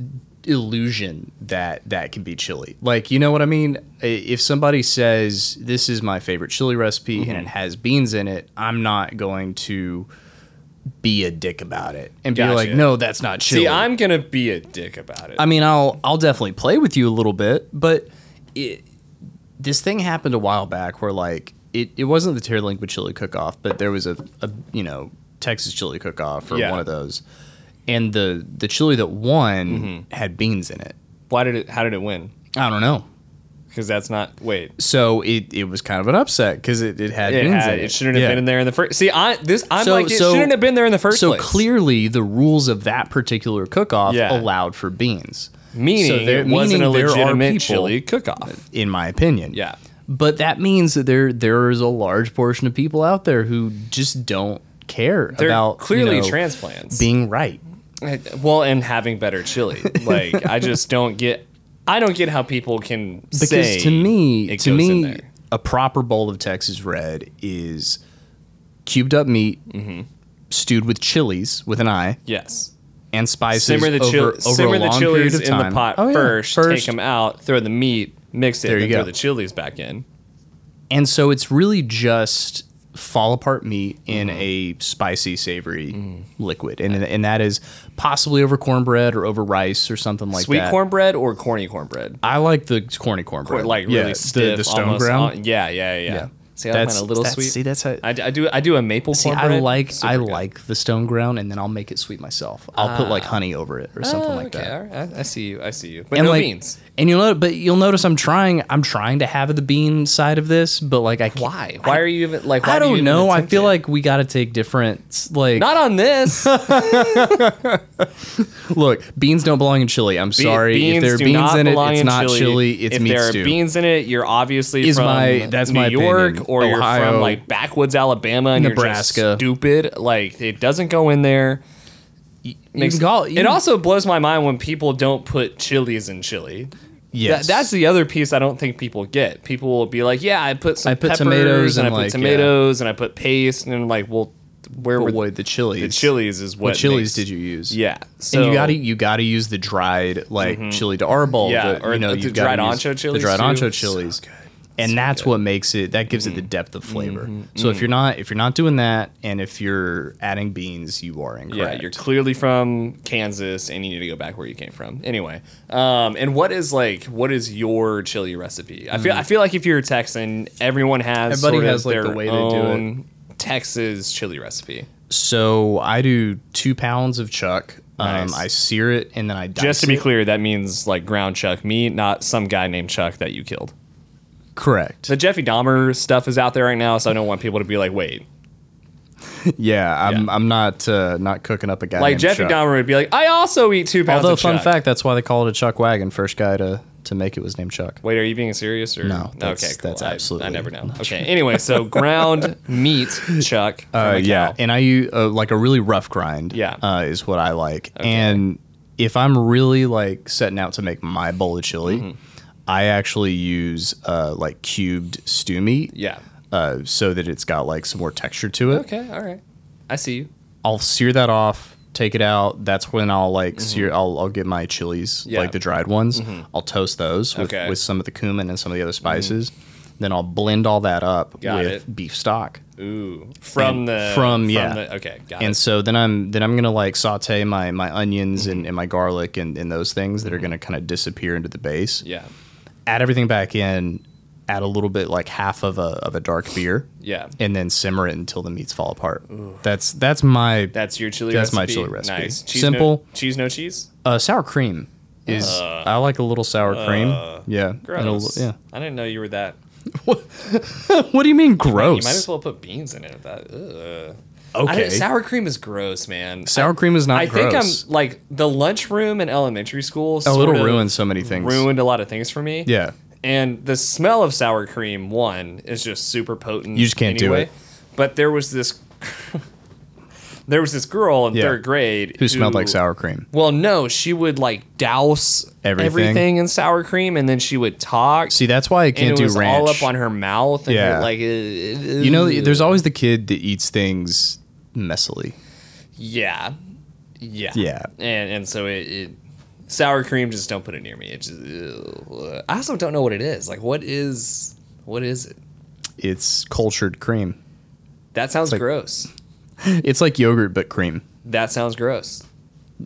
Speaker 2: illusion that that can be chili. Like, you know what I mean? I- If somebody says this is my favorite chili recipe
Speaker 3: Mm-hmm.
Speaker 2: and it has beans in it, I'm not going to be a dick about it and be like,
Speaker 3: Gotcha.
Speaker 2: no, that's not chili.
Speaker 3: See, I'm gonna be a dick about it.
Speaker 2: I mean, I'll I'll definitely play with you a little bit, but it, this thing happened a while back where like it, it wasn't the Terlink with chili cook off, but there was a, a you know Texas chili cook off or
Speaker 3: Yeah.
Speaker 2: one of those, and the the chili that won
Speaker 3: Mm-hmm.
Speaker 2: had beans in it.
Speaker 3: Why did it? How did it win?
Speaker 2: I don't know.
Speaker 3: Because that's not. Wait,
Speaker 2: So it, it was kind of an upset because it, it had
Speaker 3: it,
Speaker 2: beans
Speaker 3: had,
Speaker 2: in it.
Speaker 3: it shouldn't have
Speaker 2: Yeah.
Speaker 3: been in there in the first. See, I this I'm
Speaker 2: So-
Speaker 3: like it
Speaker 2: so-
Speaker 3: shouldn't have been there in the first
Speaker 2: So
Speaker 3: place.
Speaker 2: clearly, the rules of that particular cook off
Speaker 3: Yeah.
Speaker 2: allowed for beans,
Speaker 3: meaning
Speaker 2: So there-
Speaker 3: it wasn't
Speaker 2: meaning
Speaker 3: a
Speaker 2: there are
Speaker 3: legitimate
Speaker 2: people-
Speaker 3: chili cook-off.
Speaker 2: in my opinion.
Speaker 3: Yeah,
Speaker 2: But that means that there there is a large portion of people out there who just don't care
Speaker 3: they're
Speaker 2: about you
Speaker 3: clearly
Speaker 2: know,
Speaker 3: transplants.
Speaker 2: being right.
Speaker 3: well, and having better chili. Like I just don't get. I don't get how people can
Speaker 2: Because
Speaker 3: say
Speaker 2: to me,
Speaker 3: it
Speaker 2: to
Speaker 3: goes in
Speaker 2: me,
Speaker 3: there.
Speaker 2: a proper bowl of Texas red is cubed up meat
Speaker 3: Mm-hmm.
Speaker 2: stewed with chilies with an eye
Speaker 3: yes.
Speaker 2: and spices
Speaker 3: Simmer the,
Speaker 2: over,
Speaker 3: chili,
Speaker 2: over
Speaker 3: simmer
Speaker 2: a
Speaker 3: the
Speaker 2: long
Speaker 3: chilies
Speaker 2: period of
Speaker 3: in the
Speaker 2: time.
Speaker 3: pot
Speaker 2: Oh, yeah.
Speaker 3: first, Take
Speaker 2: First,
Speaker 3: them out. Throw the meat. Mix it.
Speaker 2: There
Speaker 3: There
Speaker 2: you
Speaker 3: then throw
Speaker 2: go.
Speaker 3: the chilies back in.
Speaker 2: And so it's really just fall apart meat in
Speaker 3: Mm-hmm.
Speaker 2: a spicy, savory
Speaker 3: Mm.
Speaker 2: liquid, and and that is possibly over cornbread or over rice or something like
Speaker 3: Sweet
Speaker 2: that.
Speaker 3: cornbread or corny cornbread?
Speaker 2: I like the corny
Speaker 3: Or,
Speaker 2: cornbread,
Speaker 3: like
Speaker 2: Yeah,
Speaker 3: really stiff,
Speaker 2: the, the stone
Speaker 3: almost uh,
Speaker 2: ground.
Speaker 3: on- yeah, yeah, yeah.
Speaker 2: Yeah.
Speaker 3: See, I like mine
Speaker 2: That's-
Speaker 3: a little
Speaker 2: that's-
Speaker 3: sweet.
Speaker 2: see, that's how-
Speaker 3: I, d- I do. I do a maple
Speaker 2: See, I
Speaker 3: cornbread.
Speaker 2: like
Speaker 3: Super
Speaker 2: I
Speaker 3: good.
Speaker 2: like the stone ground, and then I'll make it sweet myself. I'll put like honey over it or something
Speaker 3: Ah. Oh,
Speaker 2: like
Speaker 3: okay,
Speaker 2: that.
Speaker 3: all right. I, I see you. I see you. But
Speaker 2: and
Speaker 3: no
Speaker 2: like,
Speaker 3: beans.
Speaker 2: and you'll know, but you'll notice I'm trying. I'm trying to have the bean side of this, but like I can't,
Speaker 3: Why? Why are you even like? Why
Speaker 2: I
Speaker 3: do you
Speaker 2: don't
Speaker 3: even
Speaker 2: know. I
Speaker 3: attempt
Speaker 2: feel
Speaker 3: it?
Speaker 2: like we got to take different. Like,
Speaker 3: not on this.
Speaker 2: look, beans don't belong in chili. I'm sorry.
Speaker 3: Beans
Speaker 2: if there are
Speaker 3: do
Speaker 2: beans
Speaker 3: not
Speaker 2: in it,
Speaker 3: belong
Speaker 2: it's
Speaker 3: in
Speaker 2: not chili. It's
Speaker 3: if
Speaker 2: meat
Speaker 3: there are
Speaker 2: stew.
Speaker 3: beans in it, you're obviously
Speaker 2: Is
Speaker 3: from
Speaker 2: my- that's
Speaker 3: New
Speaker 2: my
Speaker 3: York
Speaker 2: opinion.
Speaker 3: or you're
Speaker 2: Ohio.
Speaker 3: from like backwoods Alabama and you're
Speaker 2: Nebraska.
Speaker 3: just stupid. Like it doesn't go in there. Makes-
Speaker 2: can call- you
Speaker 3: it
Speaker 2: can-
Speaker 3: also blows my mind when people don't put chilies in chili.
Speaker 2: Yes.
Speaker 3: That, that's the other piece I don't think people get. People will be like, "Yeah, I put some
Speaker 2: I put
Speaker 3: peppers
Speaker 2: tomatoes
Speaker 3: and,
Speaker 2: and,
Speaker 3: I put
Speaker 2: like,
Speaker 3: tomatoes and I put paste and I'm like, well, where
Speaker 2: But
Speaker 3: were
Speaker 2: what the chilies?
Speaker 3: the chilies? Is what
Speaker 2: What chilies
Speaker 3: makes-
Speaker 2: did you use?
Speaker 3: Yeah, so Mm-hmm.
Speaker 2: and you gotta you gotta use the dried like chili de arbol.
Speaker 3: Yeah,
Speaker 2: the,
Speaker 3: or
Speaker 2: you know,
Speaker 3: the
Speaker 2: you've
Speaker 3: dried
Speaker 2: gotta use
Speaker 3: ancho chilies,
Speaker 2: The dried
Speaker 3: too. So
Speaker 2: ancho chilies. and that's what makes it that gives it the
Speaker 3: Mm-hmm.
Speaker 2: depth of flavor. So if you're not if you're not doing that and if you're adding beans, you are
Speaker 3: Yeah,
Speaker 2: incorrect.
Speaker 3: you're clearly from Kansas, and you need to go back where you came from. Anyway, um, and what is like what is your chili recipe? I feel I feel like if you're a Texan, everyone has
Speaker 2: Mm. Everybody
Speaker 3: sort of
Speaker 2: has, like,
Speaker 3: their
Speaker 2: the way they do it.
Speaker 3: own Texas chili recipe.
Speaker 2: so I do two pounds of chuck.
Speaker 3: Nice.
Speaker 2: Um, I sear it and then I dice
Speaker 3: Just to be
Speaker 2: it.
Speaker 3: clear, that means like ground chuck meat, not some guy named Chuck that you killed.
Speaker 2: correct.
Speaker 3: The Jeffrey Dahmer stuff is out there right now, so I don't want people to be like, wait,
Speaker 2: yeah, I'm
Speaker 3: Yeah.
Speaker 2: I'm not uh, not cooking up a guy
Speaker 3: like
Speaker 2: named
Speaker 3: Jeffrey
Speaker 2: chuck.
Speaker 3: Dahmer would be like, I also eat two pounds
Speaker 2: Although
Speaker 3: of
Speaker 2: fun
Speaker 3: chuck."
Speaker 2: fact, that's why they call it a chuck wagon. First guy to to make it was named Chuck.
Speaker 3: Wait, are you being serious or
Speaker 2: No, that's-
Speaker 3: okay, cool.
Speaker 2: that's
Speaker 3: I- I,
Speaker 2: absolutely
Speaker 3: never know.
Speaker 2: not
Speaker 3: Okay, anyway, so ground meat, Chuck. from
Speaker 2: Uh,
Speaker 3: a
Speaker 2: yeah,
Speaker 3: cow.
Speaker 2: and I use uh, like a really rough grind.
Speaker 3: Yeah.
Speaker 2: uh, is what I like. And if I'm really like setting out to make my bowl of chili,
Speaker 3: Mm-hmm.
Speaker 2: I actually use uh, like cubed stew meat.
Speaker 3: Yeah.
Speaker 2: uh, so that it's got like some more texture to it.
Speaker 3: Okay. All right. I see you.
Speaker 2: I'll sear that off, take it out. That's when I'll like sear. I'll, I'll get my chilies,
Speaker 3: Mm-hmm. Yeah. Mm-hmm.
Speaker 2: like the dried ones. I'll toast those with,
Speaker 3: Okay. Mm-hmm.
Speaker 2: with some of the cumin and some of the other spices. Then I'll blend all that up
Speaker 3: Got
Speaker 2: with
Speaker 3: it.
Speaker 2: beef stock.
Speaker 3: Ooh. From
Speaker 2: And
Speaker 3: the
Speaker 2: from- yeah.
Speaker 3: The, okay. Got
Speaker 2: and
Speaker 3: it.
Speaker 2: so then I'm then I'm gonna like saute my my onions
Speaker 3: Mm-hmm.
Speaker 2: and, and my garlic and, and those things that are gonna kind of disappear into the base.
Speaker 3: Yeah.
Speaker 2: Add everything back in, add a little bit like half of a of a dark beer,
Speaker 3: Yeah.
Speaker 2: and then simmer it until the meats fall apart. That's that's my
Speaker 3: That's your chili.
Speaker 2: That's
Speaker 3: recipe.
Speaker 2: my chili recipe.
Speaker 3: Nice. Cheese
Speaker 2: Simple.
Speaker 3: No, cheese no cheese.
Speaker 2: uh, sour cream is I like a little sour cream. Yeah, and a
Speaker 3: Uh, Gross.
Speaker 2: li- yeah.
Speaker 3: I didn't know you were that.
Speaker 2: What do you mean
Speaker 3: You
Speaker 2: gross?
Speaker 3: might as well put beans in it. That. Ugh. I
Speaker 2: okay,
Speaker 3: don't- sour cream is gross, man.
Speaker 2: Sour cream is not
Speaker 3: I think
Speaker 2: gross.
Speaker 3: I'm like the lunchroom in elementary school.
Speaker 2: Oh,
Speaker 3: sort
Speaker 2: it'll
Speaker 3: of
Speaker 2: ruin so many things.
Speaker 3: Ruined a lot of things for me.
Speaker 2: Yeah,
Speaker 3: And the smell of sour cream, one, is just super potent.
Speaker 2: You just can't do it.
Speaker 3: But there was this, there was this girl in
Speaker 2: Yeah.
Speaker 3: third grade
Speaker 2: who smelled like sour cream?
Speaker 3: Well, no, she would like douse
Speaker 2: Everything.
Speaker 3: everything, in sour cream, and then she would talk.
Speaker 2: See, that's why I
Speaker 3: and
Speaker 2: can't
Speaker 3: it
Speaker 2: do
Speaker 3: was
Speaker 2: ranch.
Speaker 3: all up on her mouth. And
Speaker 2: Yeah.
Speaker 3: yeah. Like, uh,
Speaker 2: You
Speaker 3: you
Speaker 2: know, there's always the kid that eats things messily.
Speaker 3: yeah, yeah,
Speaker 2: Yeah.
Speaker 3: and and so it. it sour cream just don't put it near me it just ew. i also don't know what it is like what is what is it
Speaker 2: It's cultured cream.
Speaker 3: that sounds
Speaker 2: like-
Speaker 3: gross
Speaker 2: It's like yogurt but cream.
Speaker 3: that sounds gross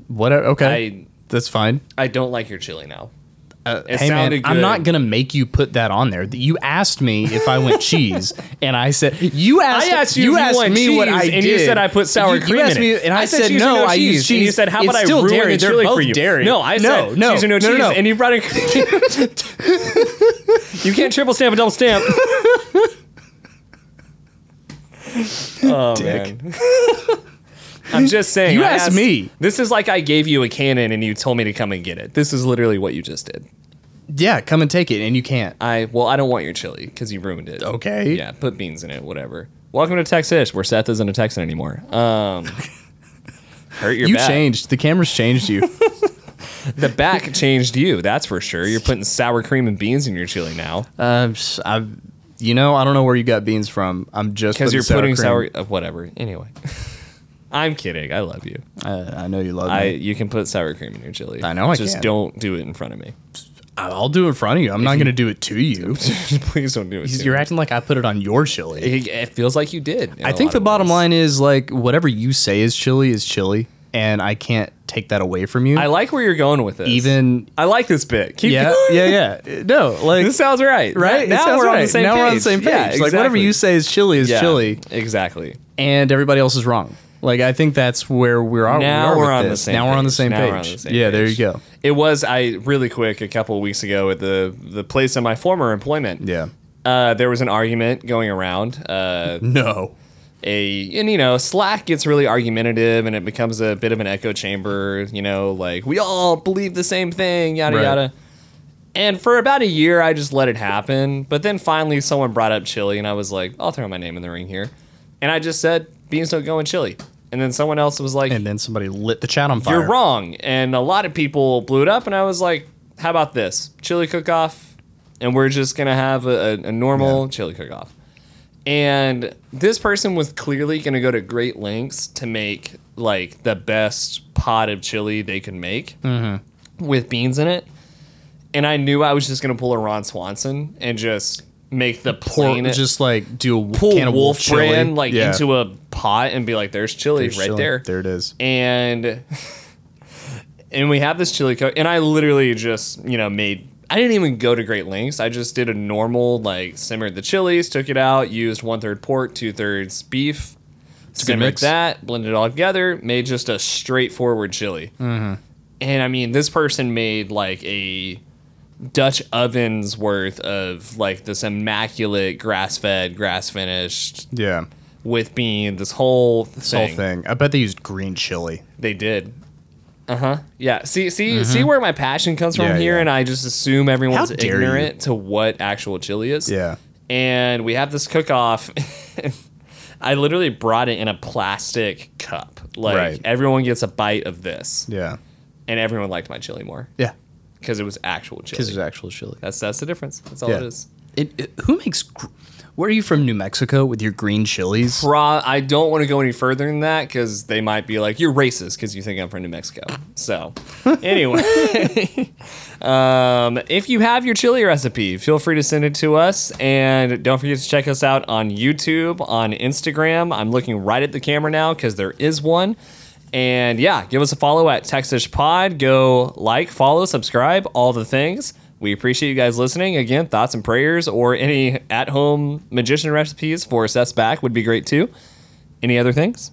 Speaker 2: What? uh, Okay,
Speaker 3: I-
Speaker 2: that's fine.
Speaker 3: i don't like your chili now
Speaker 2: Uh,
Speaker 3: It
Speaker 2: hey man,
Speaker 3: sounded
Speaker 2: I'm
Speaker 3: good.
Speaker 2: not gonna make you put that on there. You asked me if I went cheese, and I said you asked.
Speaker 3: I asked you if you
Speaker 2: asked
Speaker 3: want
Speaker 2: me what
Speaker 3: cheese,
Speaker 2: I
Speaker 3: and
Speaker 2: did,
Speaker 3: you said I put sour
Speaker 2: You- you
Speaker 3: cream
Speaker 2: asked
Speaker 3: in
Speaker 2: me,
Speaker 3: it.
Speaker 2: and I,
Speaker 3: I said
Speaker 2: said,
Speaker 3: cheese or
Speaker 2: no.
Speaker 3: no
Speaker 2: I used
Speaker 3: cheese, and
Speaker 2: cheese.
Speaker 3: you said, how about
Speaker 2: It's
Speaker 3: I
Speaker 2: still
Speaker 3: ruin
Speaker 2: dairy.
Speaker 3: your
Speaker 2: They're
Speaker 3: chili
Speaker 2: both
Speaker 3: for you?
Speaker 2: Dairy.
Speaker 3: No, I
Speaker 2: no,
Speaker 3: said
Speaker 2: no,
Speaker 3: cheese or no,
Speaker 2: no,
Speaker 3: cheese,
Speaker 2: no, no.
Speaker 3: and you brought in. you can't triple stamp a double stamp. oh
Speaker 2: Dick.
Speaker 3: man. I'm just saying.
Speaker 2: You
Speaker 3: I
Speaker 2: asked me.
Speaker 3: This is like I gave you a cannon and you told me to come and get it. This is literally what you just did.
Speaker 2: yeah, come and take it, and you can't.
Speaker 3: I well, I don't want your chili because you ruined it.
Speaker 2: Okay.
Speaker 3: Yeah, put beans in it, whatever. Welcome to Texas, where Seth isn't a Texan anymore. Um, hurt your
Speaker 2: you
Speaker 3: back.
Speaker 2: changed. The cameras changed you.
Speaker 3: The back changed you, that's for sure. You're putting sour cream and beans in your chili now
Speaker 2: uh, I, you know, I don't know where you got beans from. I'm just
Speaker 3: because
Speaker 2: putting
Speaker 3: you're putting
Speaker 2: sour.
Speaker 3: sour uh, whatever. Anyway, I'm kidding. I love you.
Speaker 2: cream. Uh, I, I know you love
Speaker 3: I
Speaker 2: me.
Speaker 3: you can put sour cream in your chili.
Speaker 2: I know I
Speaker 3: Just
Speaker 2: can.
Speaker 3: don't do it in front of me.
Speaker 2: I, will do it in front of you. I'm not gonna do it to you.
Speaker 3: Please don't do it. to
Speaker 2: You're
Speaker 3: me.
Speaker 2: acting like I put it on your chili.
Speaker 3: It, it feels like you did. in
Speaker 2: I
Speaker 3: a
Speaker 2: think
Speaker 3: lot
Speaker 2: the
Speaker 3: of
Speaker 2: bottom
Speaker 3: ways.
Speaker 2: line is like whatever you say is chili is chili, and I can't take that away from you.
Speaker 3: I like where you're going with this.
Speaker 2: Even
Speaker 3: I like this bit. Keep
Speaker 2: yeah,
Speaker 3: going.
Speaker 2: yeah, yeah. No, like
Speaker 3: This sounds right.
Speaker 2: right. It
Speaker 3: Now,
Speaker 2: sounds
Speaker 3: we're, On the
Speaker 2: right.
Speaker 3: same
Speaker 2: now
Speaker 3: page.
Speaker 2: we're on the same page.
Speaker 3: Yeah,
Speaker 2: Like whatever
Speaker 3: exactly.
Speaker 2: you say is chili is
Speaker 3: Yeah,
Speaker 2: chili,
Speaker 3: Exactly.
Speaker 2: and everybody else is wrong. Like I think that's where we're on.
Speaker 3: Now
Speaker 2: we are
Speaker 3: we're
Speaker 2: with
Speaker 3: on the
Speaker 2: this.
Speaker 3: same
Speaker 2: Now we're on the
Speaker 3: page.
Speaker 2: same
Speaker 3: Now we're on
Speaker 2: page.
Speaker 3: the same
Speaker 2: yeah, there you
Speaker 3: page.
Speaker 2: go.
Speaker 3: It was I really quick a couple of weeks ago at the the place of my former employment.
Speaker 2: Yeah.
Speaker 3: Uh, there was an argument going around. Uh,
Speaker 2: No.
Speaker 3: a and you know Slack gets really argumentative and it becomes a bit of an echo chamber. You know, like we all believe the same thing, yada
Speaker 2: Right.
Speaker 3: yada. And for about a year, I just let it happen. But then finally, someone brought up chili, and I was like, I'll throw my name in the ring here. And I just said beans don't go in chili. And then someone else was like,
Speaker 2: And then somebody lit the chat on fire.
Speaker 3: you're wrong. And a lot of people blew it up, and I was like, how about this? Chili cook off, and we're just going to have a, a, a normal chili cook off. And this person was clearly going to go to great lengths to make like the best pot of chili they could make
Speaker 2: Mm-hmm.
Speaker 3: with beans in it. And I knew I was just going to pull a Ron Swanson and just make the
Speaker 2: Pour,
Speaker 3: plain
Speaker 2: just like do a
Speaker 3: pull
Speaker 2: can of wolf,
Speaker 3: wolf,
Speaker 2: chili.
Speaker 3: brand like
Speaker 2: Yeah.
Speaker 3: into a pot and be like, there's chili
Speaker 2: There's
Speaker 3: right
Speaker 2: chili.
Speaker 3: there
Speaker 2: There it is.
Speaker 3: and and we have this chili cook and i literally just you know made i didn't even go to great lengths i just did a normal like simmered the chilies took it out used one third pork two thirds beef
Speaker 2: good
Speaker 3: simmered
Speaker 2: mix.
Speaker 3: that blended it all together made just a straightforward chili
Speaker 2: Mm-hmm.
Speaker 3: and i mean this person made like a Dutch ovens worth of like this immaculate grass fed, grass finished
Speaker 2: Yeah.
Speaker 3: with bean, this whole
Speaker 2: This whole thing. I bet they used green chili.
Speaker 3: They did. Uh huh. Yeah. See, see, see where my passion comes from
Speaker 2: Mm-hmm. Yeah,
Speaker 3: here,
Speaker 2: yeah.
Speaker 3: and I just assume everyone's
Speaker 2: How dare
Speaker 3: ignorant to what actual chili is.
Speaker 2: Yeah.
Speaker 3: And we have this cook off. I literally brought it in a plastic cup. Like
Speaker 2: Right.
Speaker 3: everyone gets a bite of this,
Speaker 2: Yeah.
Speaker 3: and everyone liked my chili more
Speaker 2: Yeah.
Speaker 3: because it was actual chili.
Speaker 2: Because it's actual chili.
Speaker 3: that's that's the difference. That's all
Speaker 2: Yeah.
Speaker 3: it is.
Speaker 2: It, it- who makes? gr- Where are you from, New Mexico, with your green chilies?
Speaker 3: Bra, I don't want to go any further than that because they might be like, "You're racist because you think I'm from New Mexico." So, anyway, um, if you have your chili recipe, feel free to send it to us, and don't forget to check us out on YouTube, on Instagram. I'm looking right at the camera now because there is one. And yeah, give us a follow at Texish Pod. Go like, follow, subscribe, all the things. We appreciate you guys listening. Again, thoughts and prayers or any at home magician recipes for Seth's back would be great too. Any other things?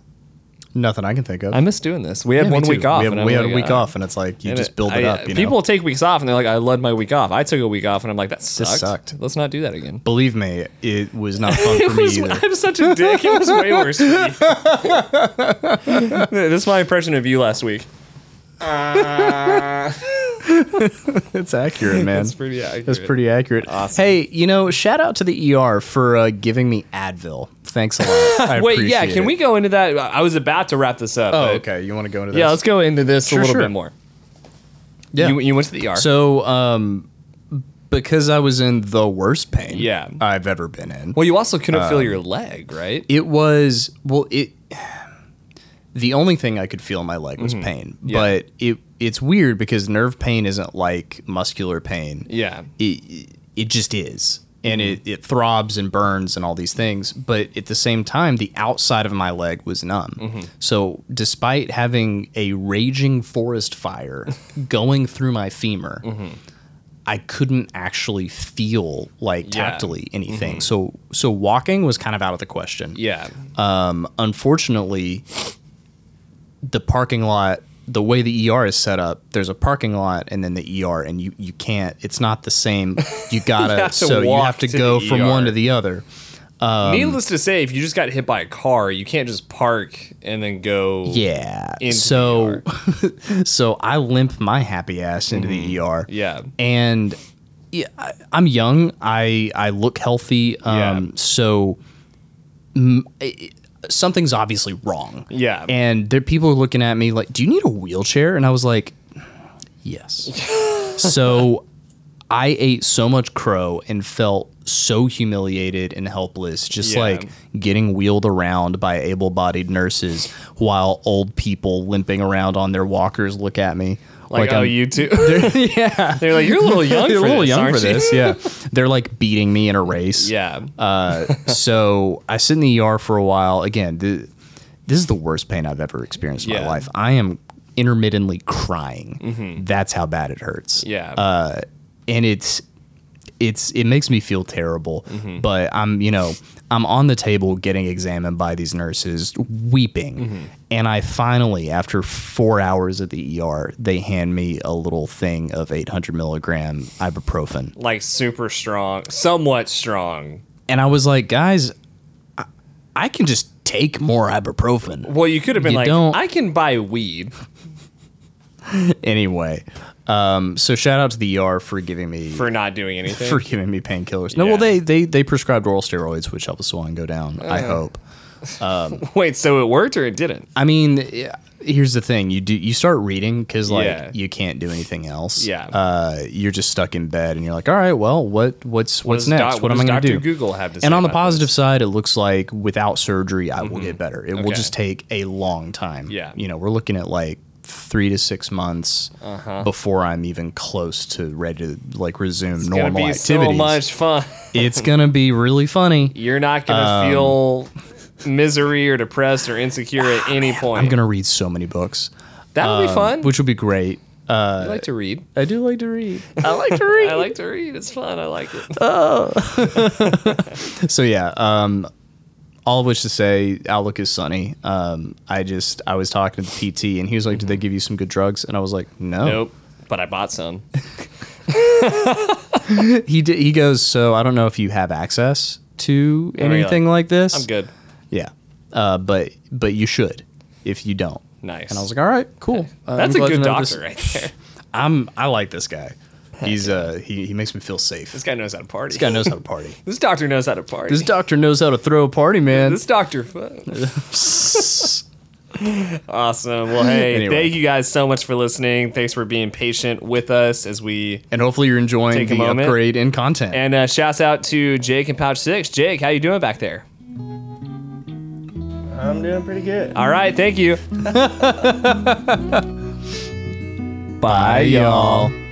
Speaker 2: Nothing I can think of.
Speaker 3: I miss doing this. We had
Speaker 2: Yeah, me
Speaker 3: one
Speaker 2: too.
Speaker 3: week off.
Speaker 2: We had,
Speaker 3: and I'm
Speaker 2: we had
Speaker 3: like,
Speaker 2: a week
Speaker 3: uh,
Speaker 2: off, and it's like you
Speaker 3: and
Speaker 2: just build it
Speaker 3: I- uh,
Speaker 2: up. You
Speaker 3: people
Speaker 2: know?
Speaker 3: take weeks off and they're like, I led my week off. I took a week off and I'm like, that sucked.
Speaker 2: sucked.
Speaker 3: Let's not do that again.
Speaker 2: believe me, it was not fun
Speaker 3: It
Speaker 2: for me
Speaker 3: was,
Speaker 2: either.
Speaker 3: I'm such a dick. It was way worse. for me. this is my impression of you last week.
Speaker 2: It's accurate, man.
Speaker 3: That's pretty accurate.
Speaker 2: That's pretty accurate.
Speaker 3: Awesome.
Speaker 2: Hey, you know, shout out to the ER for uh, giving me Advil. Thanks a lot. I
Speaker 3: Wait, yeah,
Speaker 2: appreciate
Speaker 3: can
Speaker 2: it.
Speaker 3: we go into that? I was about to wrap this up.
Speaker 2: Oh,
Speaker 3: but-
Speaker 2: okay. You want to go into this?
Speaker 3: Yeah, let's go into this
Speaker 2: Sure,
Speaker 3: a little
Speaker 2: sure.
Speaker 3: bit more.
Speaker 2: Yeah.
Speaker 3: You, you went to the ER.
Speaker 2: so, um, because I was in the worst pain
Speaker 3: Yeah.
Speaker 2: I've ever been in. uh, e-
Speaker 3: well, you also couldn't feel your leg, right?
Speaker 2: It was well. It the only thing I could feel in my leg was pain. But it it's weird because nerve pain isn't like muscular pain.
Speaker 3: Yeah.
Speaker 2: It it just is. And it, it throbs and burns and all these things. But at the same time, the outside of my leg was numb. So, despite having a raging forest fire going through my femur, I couldn't actually feel like
Speaker 3: Yeah.
Speaker 2: tactily anything. So, so walking was kind of out of the question.
Speaker 3: Yeah.
Speaker 2: Um, unfortunately, the parking lot, the way the ER is set up, there's a parking lot and then the ER, and you, you can't, it's not the same. You gotta,
Speaker 3: have to
Speaker 2: so you
Speaker 3: walk
Speaker 2: have to,
Speaker 3: to
Speaker 2: go
Speaker 3: the
Speaker 2: from one
Speaker 3: ER.
Speaker 2: to the other. um,
Speaker 3: Needless to say, if you just got hit by a car, you can't just park and then go.
Speaker 2: Yeah.
Speaker 3: Into E
Speaker 2: so, so I limp my happy ass into
Speaker 3: Mm-hmm.
Speaker 2: the ER.
Speaker 3: Yeah.
Speaker 2: and yeah, I- I'm young. I I look healthy. Um,
Speaker 3: Yeah.
Speaker 2: So mm, i- i- something's obviously wrong.
Speaker 3: Yeah.
Speaker 2: And there people are looking at me like, "Do you need a wheelchair?" And I was like, "Yes." so I ate so much crow and felt so humiliated and helpless, just
Speaker 3: Yeah.
Speaker 2: like getting wheeled around by able bodied nurses while old people limping around on their walkers look at me.
Speaker 3: Like, oh,
Speaker 2: I'm-
Speaker 3: you too. They're,
Speaker 2: yeah.
Speaker 3: they're like, you're a little young
Speaker 2: You're
Speaker 3: for
Speaker 2: a little
Speaker 3: this,
Speaker 2: young
Speaker 3: aren't
Speaker 2: for
Speaker 3: you?"
Speaker 2: this. Yeah, they're like beating me in a race.
Speaker 3: Yeah.
Speaker 2: Uh, so I sit in the ER for a while. Again, th- this is the worst pain I've ever experienced in
Speaker 3: Yeah. Mm-hmm.
Speaker 2: my life. I am intermittently crying. That's how bad it hurts.
Speaker 3: yeah.
Speaker 2: Uh, and it's it's it makes me feel terrible. But I'm you know I'm on the table getting examined by these nurses, weeping, and I finally, after four hours at the ER, they hand me a little thing of 800 milligram ibuprofen.
Speaker 3: like super strong, somewhat strong.
Speaker 2: and I was like, guys, I, I can just take more ibuprofen.
Speaker 3: Well, you could have been
Speaker 2: You
Speaker 3: like,
Speaker 2: don't-
Speaker 3: I can buy weed.
Speaker 2: Anyway, um, so shout out to the ER for giving me for,
Speaker 3: for not doing anything.
Speaker 2: giving me painkillers. No,
Speaker 3: Yeah.
Speaker 2: well they they they prescribed oral steroids, which help the swelling go down. I hope.
Speaker 3: Wait, so it worked or it didn't?
Speaker 2: I mean, eh, here's the thing: you do you start reading because like
Speaker 3: Yeah.
Speaker 2: you can't do anything else.
Speaker 3: Yeah.
Speaker 2: uh, you're just stuck in bed, and you're like, all right, well, what what's what's
Speaker 3: does
Speaker 2: next?
Speaker 3: doc-
Speaker 2: what am
Speaker 3: does
Speaker 2: I going to
Speaker 3: Dr.
Speaker 2: do?
Speaker 3: Google have to say
Speaker 2: And on the
Speaker 3: about this? Mm-hmm.
Speaker 2: positive side, it looks like without surgery, I will get better. It will
Speaker 3: Okay.
Speaker 2: just take a long time.
Speaker 3: Yeah.
Speaker 2: you know, we're looking at like three to six months
Speaker 3: Uh-huh.
Speaker 2: before I'm even close to ready to like resume
Speaker 3: It's gonna
Speaker 2: normal
Speaker 3: be
Speaker 2: activities.
Speaker 3: so much fun.
Speaker 2: it's gonna be really funny.
Speaker 3: You're not
Speaker 2: Um,
Speaker 3: gonna feel misery or depressed or insecure at any point.
Speaker 2: I'm gonna um, read so many books,
Speaker 3: That'll be fun.
Speaker 2: which will be great.
Speaker 3: I like to read.
Speaker 2: I do like to read.
Speaker 3: I like to read. I like to read. It's fun. I like
Speaker 2: Oh.
Speaker 3: it.
Speaker 2: So yeah, um, all of which to say, outlook is sunny. Um, I just I was talking to the PT and he was like, "Did they give you some good drugs?" And I was like, "No."
Speaker 3: Mm-hmm. Nope. But I bought some.
Speaker 2: He did, he goes, "So I don't know if you have access to
Speaker 3: you're
Speaker 2: anything like this."
Speaker 3: Oh, I'm good.
Speaker 2: Yeah, uh, but but you should if you don't.
Speaker 3: Nice.
Speaker 2: And I was like, "All right, cool." Uh,
Speaker 3: That's
Speaker 2: I'm
Speaker 3: a
Speaker 2: glad to
Speaker 3: good
Speaker 2: know this-
Speaker 3: doctor right there.
Speaker 2: I'm I like this guy. He's uh he, he makes me feel safe.
Speaker 3: This
Speaker 2: This
Speaker 3: guy knows how to party. This,
Speaker 2: guy knows how to party.
Speaker 3: doctor knows how to party.
Speaker 2: This
Speaker 3: This,
Speaker 2: doctor knows how to throw a party, man.
Speaker 3: doctor. Awesome. Well, hey,
Speaker 2: Anyway.
Speaker 3: thank you guys so much for listening. Thanks for being patient with us as we
Speaker 2: and hopefully you're enjoying
Speaker 3: Take a
Speaker 2: the
Speaker 3: moment.
Speaker 2: upgrade in content.
Speaker 3: And uh, shouts out to Jake and Pouch Six. Jake, how you doing back there?
Speaker 4: I'm doing pretty good.
Speaker 3: All right, thank you.
Speaker 2: Bye, y'all.